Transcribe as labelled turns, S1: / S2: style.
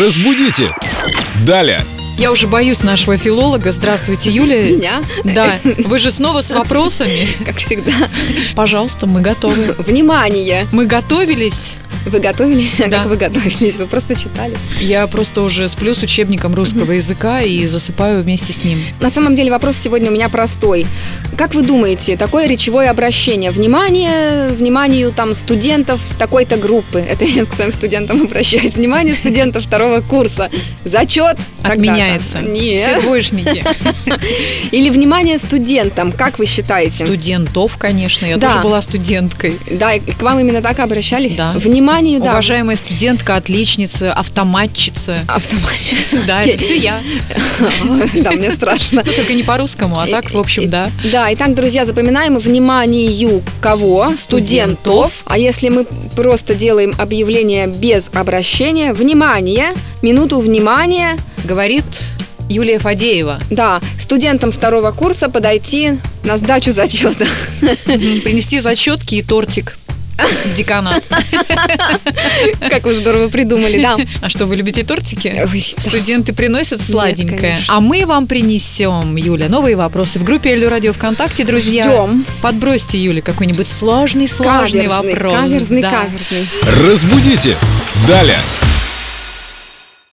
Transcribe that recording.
S1: Разбудите! Далее!
S2: Я уже боюсь нашего филолога. Здравствуйте, Юлия.
S3: Меня?
S2: Да, вы же снова с вопросами.
S3: Как всегда.
S2: Пожалуйста, мы готовы.
S3: Внимание!
S2: Мы готовились.
S3: Вы готовились? А
S2: Да.
S3: как вы готовились? Вы просто читали.
S2: Я просто уже сплю с учебником русского языка и засыпаю вместе с ним.
S3: На самом деле вопрос сегодня у меня простой. Как вы думаете, такое речевое обращение, внимание, вниманию там студентов такой-то группы, это я к своим студентам обращаюсь, внимание студентов второго курса, зачет тогда-то.
S2: Отменяется. Все
S3: Нет.
S2: двоечники.
S3: Или внимание студентам, как вы считаете?
S2: Студентов, конечно. Я
S3: Да.
S2: тоже была студенткой.
S3: Да, и к вам именно так обращались?
S2: Да.
S3: Вниманию, да.
S2: Уважаемая студентка, отличница, автоматчица.
S3: Автоматически.
S2: Да, это все я.
S3: Да, мне страшно.
S2: Ну, только не по-русскому, а так, в
S3: И-
S2: общем, да.
S3: Да, итак, друзья, запоминаем вниманию кого? Студентов. А если мы просто делаем объявление без обращения, внимание, минуту внимания,
S2: Говорит Юлия Фадеева.
S3: да, студентам второго курса подойти на сдачу зачета.
S2: Принести зачетки и тортик в деканат.
S3: Как вы здорово придумали, да.
S2: А что, вы любите тортики?
S3: Ой, да.
S2: Студенты приносят сладенькое.
S3: Э, конечно.
S2: а мы вам принесем, Юля, новые вопросы в группе Эльду Радио ВКонтакте, друзья.
S3: Ждем.
S2: Подбросьте, Юля, какой-нибудь сложный, сложный
S3: Каверзный,
S2: вопрос.
S3: каверзный,
S2: Да.
S3: каверзный.
S1: Разбудите! Далее!